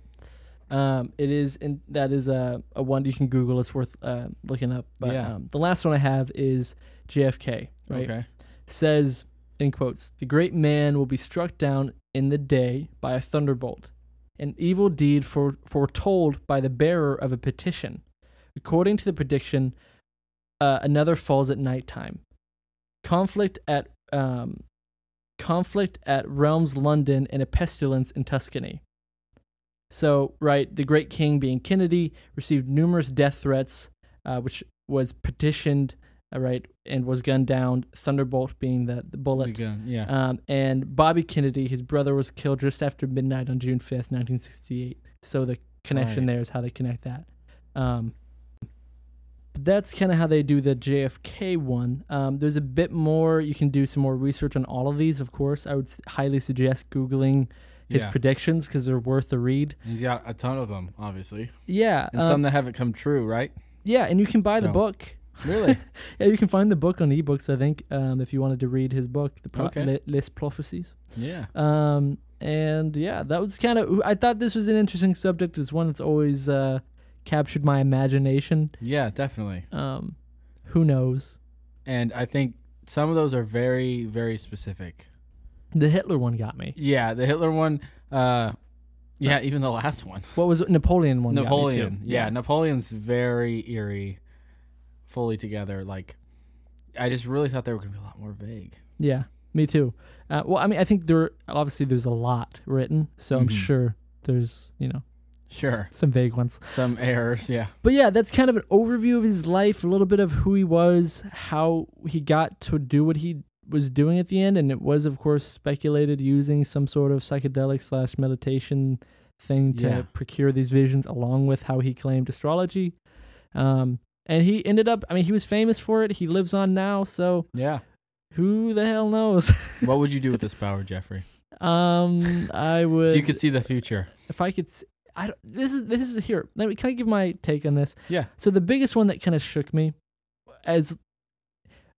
Um, it is, and that is a, a one you can Google. It's worth uh, looking up. But
Yeah.
um, the last one I have is JFK. Right?
Okay.
Says in quotes, "The great man will be struck down in the day by a thunderbolt, an evil deed fore- foretold by the bearer of a petition. According to the prediction, uh, another falls at nighttime. Conflict at um, conflict at realms London and a pestilence in Tuscany. So, right, the great king being Kennedy received numerous death threats, uh, which was petitioned, uh, right, and was gunned down. Thunderbolt being the, the bullet.
Again, yeah.
Um, and Bobby Kennedy, his brother, was killed just after midnight on June 5th, 1968. So the connection
Right.
there is how they connect that. Um, but that's kind of how they do the JFK one. Um, there's a bit more. You can do some more research on all of these, of course. I would s- highly suggest Googling his
yeah.
predictions because they're worth a read.
He's got a ton of them, obviously,
Yeah.
and
um,
some that haven't come true, right?
yeah, and you can buy the
So-
book.
Really?
Yeah, you can find the book on ebooks, I think, um, if you wanted to read his book, The Pro-
Okay.
Li- List Prophecies.
yeah.
Um, and yeah, that was kind of. I thought this was an interesting subject. It's one that's always uh, captured my imagination.
Yeah, definitely.
Um, who knows?
And I think some of those are very, very specific.
The Hitler one got me.
Yeah, the Hitler one. Uh, yeah, even the last one.
What was it? Napoleon one? got me too.
Napoleon. Yeah, Napoleon's very eerie, fully together. Like, I just really thought they were going to be a lot more vague.
yeah, me too. Uh, well, I mean, I think there obviously there's a lot written, so I'm
Mhm.
sure there's you know
Sure.
some vague ones.
Some errors, yeah.
But yeah, that's kind of an overview of his life, a little bit of who he was, how he got to do what he was doing at the end, and it was, of course, speculated using some sort of psychedelic slash meditation thing to
Yeah.
procure these visions, along with how he claimed astrology. Um, and he ended up, I mean, he was famous for it. He lives on now, so
Yeah.
who the hell knows?
What would you do with this power, Jeffrey?
um, I would.
If you could see the future.
if I could, s- I don't, this is this is here. Let me can I give my take on this?
Yeah.
So the biggest one that kind of shook me, as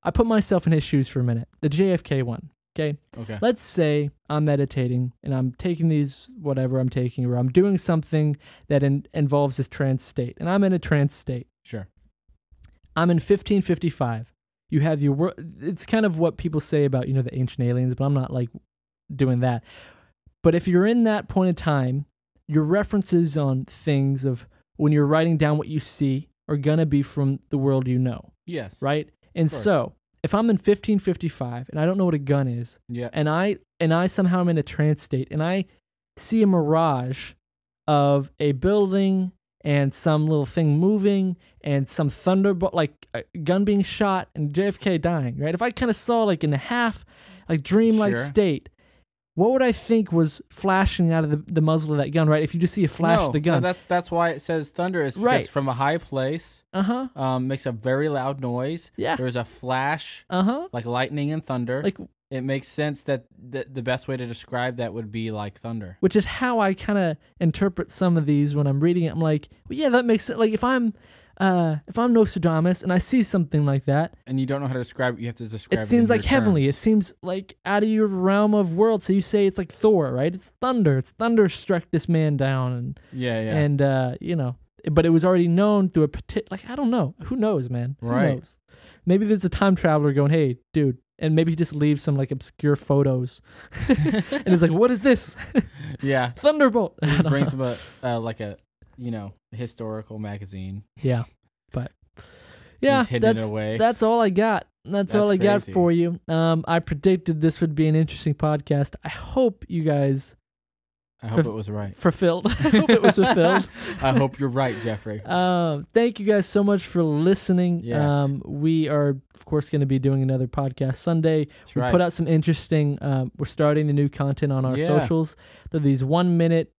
I put myself in his shoes for a minute, the JFK one. Okay,
Okay.
let's say I'm meditating and I'm taking these whatever I'm taking, or I'm doing something that in, involves this trance state, and I'm in a trance state.
Sure.
I'm in 1555. You have your wor- it's kind of what people say about you know the ancient aliens, but I'm not like doing that. But if you're in that point of time, your references on things of when you're writing down what you see are gonna be from the world you know,
Yes.
right? And
course.
so if I'm in 1555 and I don't know what a gun is,
Yeah.
and I and I somehow am in a trance state and I see a mirage of a building and some little thing moving and some thunderbolt like a gun being shot and JFK dying, right? If I kind of saw like in a half like dream like
Sure.
state, what would I think was flashing out of the, the muzzle of that gun, right? If you just see a flash
No,
of the gun.
No, that, that's why it says thunder is because
Right.
from a high place,
uh-huh.
um, makes a very loud noise.
Yeah.
There's a flash,
Uh-huh.
like lightning and thunder.
Like
it makes sense that the, the best way to describe that would be like thunder.
which is how I kind of interpret some of these when I'm reading it. I'm like, well, yeah, that makes sense. Like if I'm uh, if I'm Nostradamus and I see something like that,
And you don't know how to describe it. You have to describe
it
it.
seems
in your
like heavenly. It
terms.
seems like out of your realm of world. So you say it's like Thor, right? It's thunder. It's thunder struck this man down, and
Yeah, yeah.
and uh, you know, but it was already known through a partic- like I don't know. Who knows, man? Who
Right.
knows? Maybe there's a time traveler going, hey, dude. And maybe he just leaves some like obscure photos, and it's like, "What is this
yeah.
thunderbolt?" I
Just
don't
brings
know.
up a, uh, like a, you know, historical magazine.
Yeah, but yeah,
He's hidden it
that's
away.
that's all I got. That's, all
That's
I got
crazy.
for you. Um, I predicted this would be an interesting podcast. I hope you guys
I hope
for-
it was right.
fulfilled. I hope it was fulfilled.
I hope you're right, Jeffrey.
Um, thank you guys so much for listening.
Yes.
Um, we are of course going to be doing another podcast Sunday.
That's
we
right.
put out some interesting. Um, we're starting the new content on our
Yeah.
socials. They're these one minute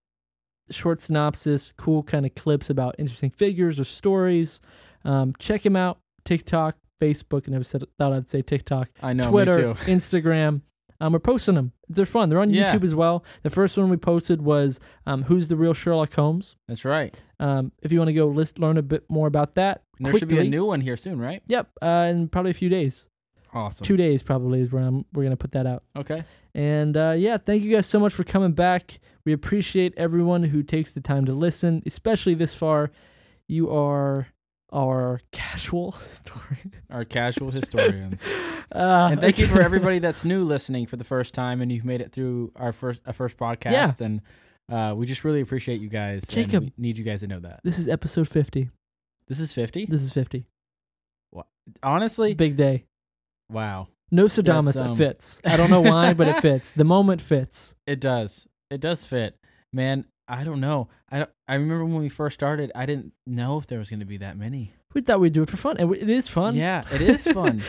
short synopsis, cool kind of clips about interesting figures or stories. Um, check them out. TikTok, Facebook. I never said thought I'd say TikTok.
I know, me
Twitter,
too.
Instagram. Um, we're posting them. They're fun. They're on
Yeah.
YouTube as well. The first one we posted was um, "Who's the Real Sherlock Holmes."
That's right.
Um, if you want to go list, learn a bit more about that.
And there should be a
quickly.
new one here soon, right?
Yep, uh, in probably a few days.
Awesome.
Two days probably is when I'm, we're gonna put that out.
Okay.
And uh, yeah, thank you guys so much for coming back. We appreciate everyone who takes the time to listen, especially this far. You are our casual story.
Our casual historians.
Uh,
and thank you for everybody that's new listening for the first time and you've made it through our first a first podcast
Yeah.
and uh, we just really appreciate you guys and
Jacob.
we need you guys to know that
This is episode 50.
this is 50
This is 50.
honestly
Big day.
wow
Nostradamus
That's, um,
it fits. I don't know why, but it fits. The moment fits.
it does it does fit man i don't know i don't, i remember when we first started i didn't know if there was going to be that many
We thought we'd do it for fun, and it is fun.
yeah it is fun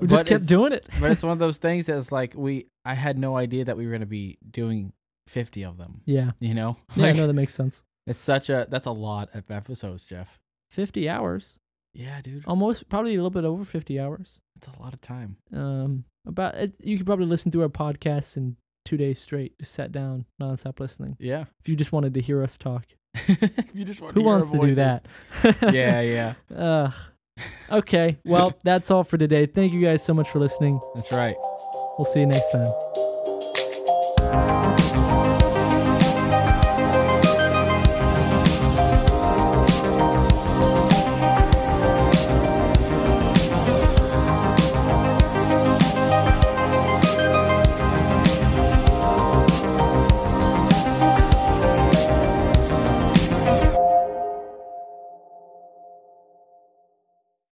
we just
but
kept
it's-
doing it.
but it's one of those things that's like we i had no idea that we were going to be doing 50 of them
Yeah.
you know
Yeah,
like
no, that makes sense.
it's such a that's a lot of episodes jeff
50 hours.
yeah dude
Almost, probably a little bit over 50 hours.
that's a lot of time
um about it, you could probably listen through our podcast in two days straight just sat down nonstop listening
yeah
if you just wanted to hear us talk
If you just want
who
hear our
wants to do
voices.
that
yeah, yeah.
Ugh. okay well that's all for today thank you guys so much for listening
That's right.
we'll see you next time